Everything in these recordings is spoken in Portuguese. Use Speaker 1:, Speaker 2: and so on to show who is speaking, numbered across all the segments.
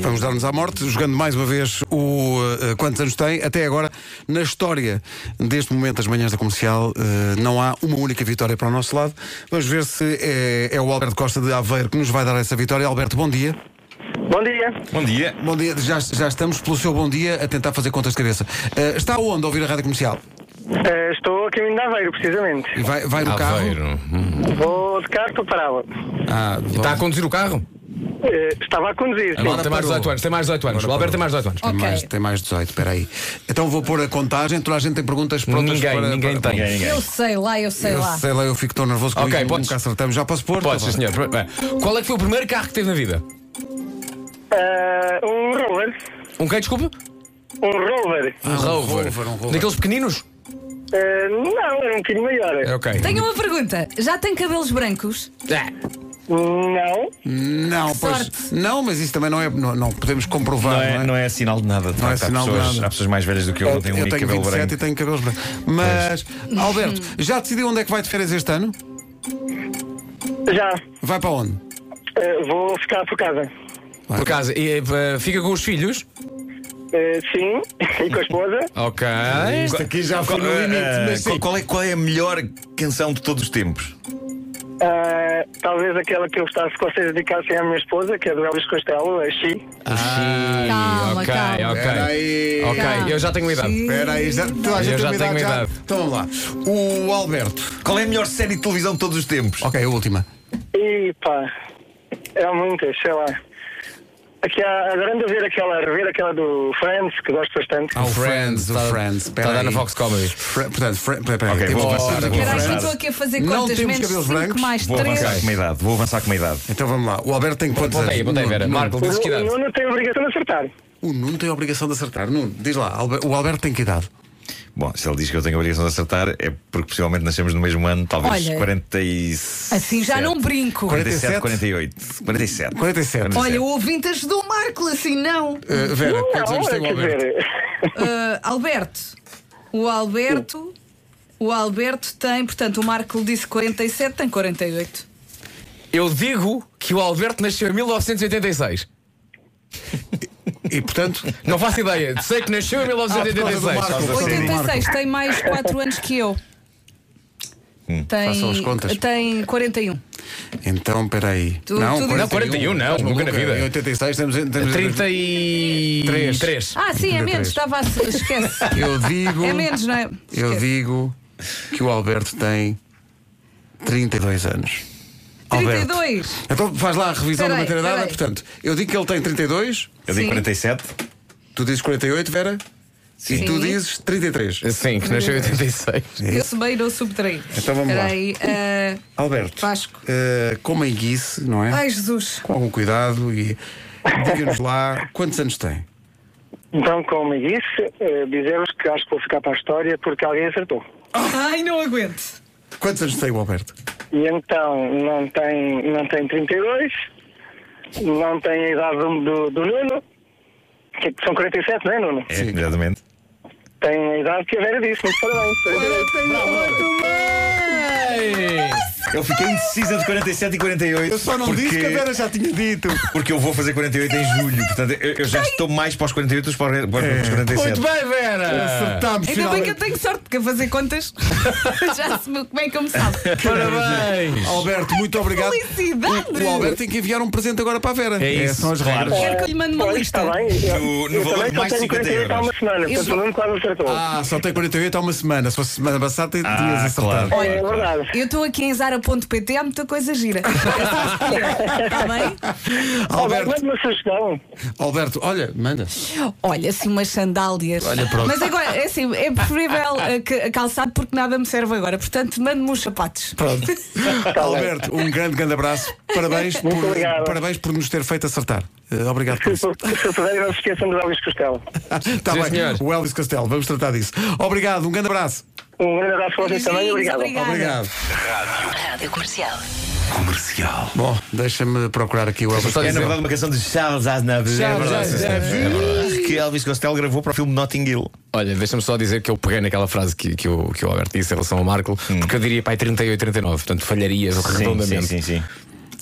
Speaker 1: Vamos dar-nos à morte, jogando mais uma vez o eh, Quantos Anos Tem. Até agora, na história deste momento das manhãs da comercial, eh, não há uma única vitória para o nosso lado. Vamos ver se é, é o Alberto Costa de Aveiro que nos vai dar essa vitória. Alberto, bom dia.
Speaker 2: Bom dia.
Speaker 3: Bom dia.
Speaker 1: Bom dia, já, já estamos pelo seu bom dia a tentar fazer contas de cabeça. Eh, está onde a ouvir a rádio comercial?
Speaker 2: Eh, estou a caminho de Aveiro, precisamente.
Speaker 1: E vai, vai no carro?
Speaker 2: Vou de carro para Pará-la.
Speaker 1: Ah,
Speaker 3: Está a conduzir o carro?
Speaker 2: Eh, estava a conduzir, sim.
Speaker 3: Não, tem mais 18 anos, tem mais 18 anos. O Alberto tem mais 18 anos.
Speaker 1: Tem,
Speaker 4: Ok.
Speaker 1: mais, tem mais 18, espera aí. Então vou pôr a contagem, toda a gente tem perguntas prontas
Speaker 3: Ninguém,
Speaker 1: para,
Speaker 3: ninguém
Speaker 1: para-
Speaker 3: tem.
Speaker 4: Eu sei lá, eu sei
Speaker 1: Eu
Speaker 4: lá.
Speaker 1: sei lá, eu fico tão nervoso que
Speaker 3: Ok,
Speaker 1: eu
Speaker 3: podes.
Speaker 1: nunca acertamos. Já posso pôr?
Speaker 3: Pode,
Speaker 1: Tá bom.
Speaker 3: sim, senhor. Bem, Qual é que foi o primeiro carro que teve na vida?
Speaker 2: Eh, um rover.
Speaker 3: Um quem, desculpa?
Speaker 2: Um rover.
Speaker 3: Um rover.
Speaker 1: rover, Ah, um rover.
Speaker 3: Daqueles pequeninos?
Speaker 2: Eh, não, era um bocadinho maior.
Speaker 3: É, ok.
Speaker 4: Tenho uma pergunta. Já tem cabelos brancos?
Speaker 3: Ah,
Speaker 2: Não.
Speaker 1: Não,
Speaker 4: Que
Speaker 1: pois,
Speaker 4: sorte.
Speaker 1: não, mas isso também não é. Não, não podemos comprovar,
Speaker 5: Não
Speaker 1: não
Speaker 5: é,
Speaker 1: é?
Speaker 5: não é sinal de nada. De
Speaker 1: Não é
Speaker 5: facto, há,
Speaker 1: sinal de
Speaker 5: pessoas,
Speaker 1: nada.
Speaker 5: há pessoas mais velhas do que eu,
Speaker 1: Eu,
Speaker 5: não têm um
Speaker 1: eu
Speaker 5: único
Speaker 1: tenho
Speaker 5: cabelo
Speaker 1: 27
Speaker 5: branco.
Speaker 1: e tenho cabelos brancos. Mas, Alberto, já decidiu onde é que vai de férias este ano?
Speaker 2: Já.
Speaker 1: Vai para onde?
Speaker 2: Eh, vou ficar por casa.
Speaker 3: Por acaso, e, eh, fica com os filhos?
Speaker 2: Eh, sim. E com a esposa.
Speaker 3: Ok.
Speaker 1: Isto aqui já foi no
Speaker 5: Eh,
Speaker 1: limite,
Speaker 5: eh,
Speaker 1: mas sim.
Speaker 5: qual- qual, é, qual é a melhor canção de todos os tempos?
Speaker 2: Eh, talvez aquela que eu gostasse que vocês dedicassem à minha esposa, que é do Elvis Costello, a Xi.
Speaker 3: Ah,
Speaker 4: Calma,
Speaker 3: ok,
Speaker 4: calma.
Speaker 3: ok.
Speaker 1: Espera aí.
Speaker 3: Ok,
Speaker 4: Calma.
Speaker 3: eu já tenho uma idade.
Speaker 4: Sim.
Speaker 1: Espera aí, já, toda a
Speaker 3: Eu
Speaker 1: gente
Speaker 3: já
Speaker 1: tem
Speaker 3: tenho
Speaker 1: uma idade. já.
Speaker 3: idade.
Speaker 1: Então vamos lá. O Alberto.
Speaker 5: Qual é a melhor série de televisão de todos os tempos?
Speaker 1: Ok, a última.
Speaker 2: E pá, é muitas, sei lá. Aqui há, adorando ver aquela, rever aquela do Friends, que gosto bastante.
Speaker 1: Ah, o Friends, o
Speaker 3: tá-
Speaker 1: Friends.
Speaker 3: Está a dar na
Speaker 1: aí.
Speaker 3: Fox Comedy.
Speaker 1: Fre- portanto, Fre- espera aí,
Speaker 5: Ok,
Speaker 1: temos
Speaker 5: vou
Speaker 1: que
Speaker 5: passar,
Speaker 1: passar
Speaker 5: vou
Speaker 1: agora.
Speaker 4: Caralho,
Speaker 5: avançar.
Speaker 4: não estou aqui a fazer
Speaker 1: Não
Speaker 4: contas.
Speaker 1: temos
Speaker 4: Menos
Speaker 1: cabelos
Speaker 4: 5
Speaker 1: brancos.
Speaker 4: mais
Speaker 5: Vou avançar
Speaker 4: 3.
Speaker 5: com uma idade. Vou avançar com uma idade.
Speaker 1: Então vamos lá. O Alberto tem quantos
Speaker 3: Bota aí,
Speaker 1: anos?
Speaker 3: bota aí,
Speaker 1: Nuno,
Speaker 3: Vera.
Speaker 1: Nuno.
Speaker 3: Marco,
Speaker 2: O
Speaker 3: dizes que idade?
Speaker 2: Nuno não tem obrigação de acertar.
Speaker 1: O Nuno tem a obrigação de acertar. Nuno, diz lá, Albe- o Alberto tem que idade?
Speaker 5: Bom, se ele diz que eu tenho a obrigação de acertar, é porque possivelmente nascemos no mesmo ano, talvez
Speaker 4: Olha,
Speaker 5: 47.
Speaker 4: Assim já não brinco.
Speaker 5: 47, 48. 47.
Speaker 1: 47.
Speaker 4: Olha, o ouvinte ajudou o Marco, assim não.
Speaker 1: Uh, Vera, quantos
Speaker 2: Não,
Speaker 1: anos tem o
Speaker 2: quer
Speaker 1: Alberto?
Speaker 2: dizer,
Speaker 4: Ah, Alberto. O Alberto. O Alberto tem, portanto, o Marco disse 47, tem 48.
Speaker 3: Eu digo que o Alberto nasceu em 1986.
Speaker 1: E portanto,
Speaker 3: Não faço ideia. Sei que nasceu em
Speaker 1: Ah, por
Speaker 3: 1986.
Speaker 1: causa do Marco.
Speaker 5: Sim,
Speaker 4: 86, tem mais 4 anos que eu.
Speaker 1: Hum. façam as contas.
Speaker 4: Tem, tem 41.
Speaker 1: então peraí.
Speaker 4: Tu- tu dizes-
Speaker 3: Não, 41 não,
Speaker 1: Estás
Speaker 3: nunca na
Speaker 1: maluca?
Speaker 3: vida.
Speaker 1: Em 86 temos.
Speaker 4: É
Speaker 1: temos
Speaker 3: 33.
Speaker 4: Ah, sim, é menos, estava a se- esquece.
Speaker 1: Eu digo.
Speaker 4: É menos, não é?
Speaker 1: Eu
Speaker 4: Esquece.
Speaker 1: digo que o Alberto tem 32 anos. Alberto.
Speaker 4: 32.
Speaker 1: Então faz lá a revisão da
Speaker 4: Peraí,
Speaker 1: maternidade.
Speaker 4: peraí.
Speaker 1: Portanto, eu digo que ele tem 32,
Speaker 5: Eu digo
Speaker 4: Sim.
Speaker 5: 47.
Speaker 1: tu dizes 48, Vera, e tu
Speaker 4: Sim.
Speaker 1: dizes 33.
Speaker 3: Sim, que nasceu em 86.
Speaker 4: Eu subei, não subtraí.
Speaker 1: É Então vamos lá.
Speaker 4: Peraí, ah,
Speaker 1: Alberto,
Speaker 4: Vasco.
Speaker 1: eh, com meiguice, não é?
Speaker 4: Ai, Jesus.
Speaker 1: Com algum cuidado e diga-nos lá quantos anos tem.
Speaker 2: Então, como isso, eh, dizer-vos que acho que vou ficar para a história porque alguém acertou.
Speaker 4: Ai, não aguento.
Speaker 1: Quantos anos tem o Alberto?
Speaker 2: E então, não tem, não tem 32, não tem a idade do, do, do Nuno, que são 47, não é, Nuno?
Speaker 5: É, exatamente.
Speaker 2: Tem a idade que a Vera disse, muito parabéns. 48.
Speaker 5: Eu fiquei indecisa de 47 e 48. porque...
Speaker 1: já tinha dito.
Speaker 5: Porque eu vou fazer 48 em julho, portanto eu, eu já estou mais para os 48 do que para os para os 47.
Speaker 3: Muito bem, Vera!
Speaker 1: Acertámos,
Speaker 4: Ah. Ainda bem que eu
Speaker 1: finalmente.
Speaker 4: tenho sorte, porque a fazer contas já se me- como é que eu me salvo.
Speaker 3: Parabéns!
Speaker 1: Alberto, muito obrigado.
Speaker 4: felicidade!
Speaker 1: O, o Alberto tem que enviar um presente agora para a Vera.
Speaker 3: É isso,
Speaker 1: são as
Speaker 5: claro.
Speaker 1: regras.
Speaker 4: Quero que eu lhe mande uma
Speaker 2: Pois,
Speaker 4: lista.
Speaker 2: está bem. Eu,
Speaker 5: No- no
Speaker 2: eu
Speaker 5: valor
Speaker 2: também
Speaker 5: de
Speaker 2: só
Speaker 5: mais
Speaker 2: tenho
Speaker 5: 50
Speaker 2: 48 há uma
Speaker 5: euros.
Speaker 2: semana, portanto o Nuno quase acertou.
Speaker 1: Ah, só tem 48 há uma semana. Se fosse semana passada, tinhas
Speaker 5: Ah,
Speaker 1: acertado.
Speaker 5: claro.
Speaker 2: Olha, é verdade.
Speaker 4: Eu estou aqui em zara.pt, há muita coisa gira. É só escolher. Está Tá bem?
Speaker 2: Alberto,
Speaker 1: Alberto,
Speaker 2: manda uma sugestão.
Speaker 1: Alberto, olha, manda.
Speaker 4: Olha, assim, umas sandálias.
Speaker 1: Olha, pronto.
Speaker 4: Mas agora, é assim, é preferível a, ca- a calçado porque nada me serve agora. Portanto, mande-me os sapatos.
Speaker 1: Pronto. Alberto, um grande, grande abraço. Parabéns por,
Speaker 2: Muito obrigado.
Speaker 1: parabéns por nos ter feito acertar. Eh, Obrigado por
Speaker 2: Se,
Speaker 1: isso.
Speaker 2: se puderem, não se esqueçam do Elvis Costello.
Speaker 1: Está
Speaker 3: Sim,
Speaker 1: bem,
Speaker 3: senhor.
Speaker 1: o Elvis Castelo, vamos tratar disso. Obrigado, um grande abraço.
Speaker 2: Um grande abraço para vocês também e obrigado.
Speaker 4: Obrigada.
Speaker 1: Obrigado.
Speaker 6: Rádio Comercial.
Speaker 5: Comercial.
Speaker 1: Bom, deixa-me procurar aqui o Elvis
Speaker 3: só
Speaker 5: É na
Speaker 1: Costello.
Speaker 5: verdade uma canção de Charles Aznavour. É verdade, sim, senhor. É verdade. Que Elvis Costello gravou para o filme Notting Hill.
Speaker 3: Olha, deixa-me só dizer que eu peguei naquela frase que, que, o, é que o Alberto disse em relação ao Marco, porque eu diria pai 38, 39, portanto falharias redondamente.
Speaker 5: sim.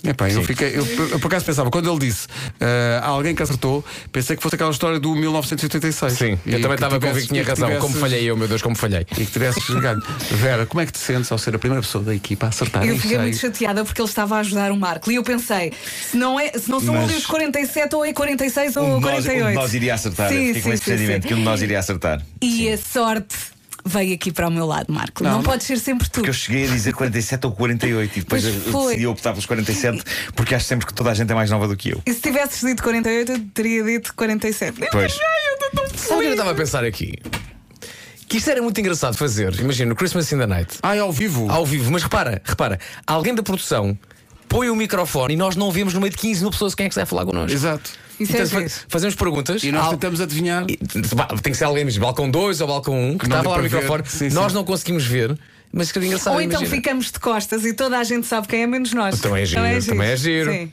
Speaker 1: Epá, eu, fiquei, eu, eu por acaso pensava, quando ele disse ah, há alguém que acertou, pensei que fosse aquela história do 1986.
Speaker 3: Sim,
Speaker 1: E
Speaker 3: eu
Speaker 1: que
Speaker 3: também estava
Speaker 1: tivesses-
Speaker 3: convicto que tinha
Speaker 1: e que
Speaker 3: razão. Como
Speaker 1: tivesses-
Speaker 3: falhei eu, meu Deus, como falhei.
Speaker 1: E que tivesses ganho. Vera, como é que te sentes ao ser a primeira pessoa da equipa a acertar?
Speaker 4: Eu
Speaker 1: em
Speaker 4: fiquei muito
Speaker 1: seis?
Speaker 4: chateada porque ele estava a ajudar o Marco. E eu pensei, se não, é, se não são
Speaker 5: Mas-
Speaker 4: ali os 47, ou é 46 ou
Speaker 5: Um de nós, um
Speaker 4: 48.
Speaker 5: de nós iria acertar. Eu
Speaker 4: Sim,
Speaker 5: Fiquei com
Speaker 4: sim,
Speaker 5: esse
Speaker 4: sim, sim.
Speaker 5: sentimento que um de nós iria acertar.
Speaker 4: E
Speaker 5: Sim.
Speaker 4: a sorte veio aqui para o meu lado, Marco.
Speaker 1: Não,
Speaker 4: Não,
Speaker 1: não.
Speaker 4: podes ser sempre tu.
Speaker 5: Porque eu cheguei a dizer 47 ou 48 e depois
Speaker 4: Pois
Speaker 5: eu eu
Speaker 4: foi.
Speaker 5: decidi optar pelos 47 porque acho sempre que toda a gente é mais nova do que eu.
Speaker 4: E se tivesses dito 48, eu teria dito 47.
Speaker 5: Pois.
Speaker 3: Sabe o
Speaker 4: então-
Speaker 3: que eu estava a pensar aqui? Que isto era muito engraçado fazer. Imagina, o Christmas in the Night,
Speaker 1: Ah, é ao vivo.
Speaker 3: ao vivo. Mas repara, repara, alguém da produção põe o microfone e nós não vemos no meio de 15 mil pessoas quem é que vai falar connosco.
Speaker 1: Exato.
Speaker 4: Isso é
Speaker 3: Então,
Speaker 4: giro.
Speaker 3: fa- fazemos perguntas.
Speaker 1: E nós
Speaker 3: Al-
Speaker 1: tentamos adivinhar.
Speaker 3: E- bah, Tem que ser alguém, mas balcão 2 ou balcão 1, um, que
Speaker 1: Não
Speaker 3: está a
Speaker 1: deu
Speaker 3: falar no
Speaker 1: para ver.
Speaker 3: microfone.
Speaker 1: Sim, sim.
Speaker 3: nós não conseguimos ver, mas que é engraçado.
Speaker 4: Ou então
Speaker 3: imagina.
Speaker 4: ficamos de costas e toda a gente sabe quem é, menos nós.
Speaker 5: Então
Speaker 3: Também é
Speaker 5: Hum.
Speaker 3: giro, também é giro.
Speaker 4: Sim.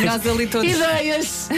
Speaker 4: E nós ali todos. Ideias!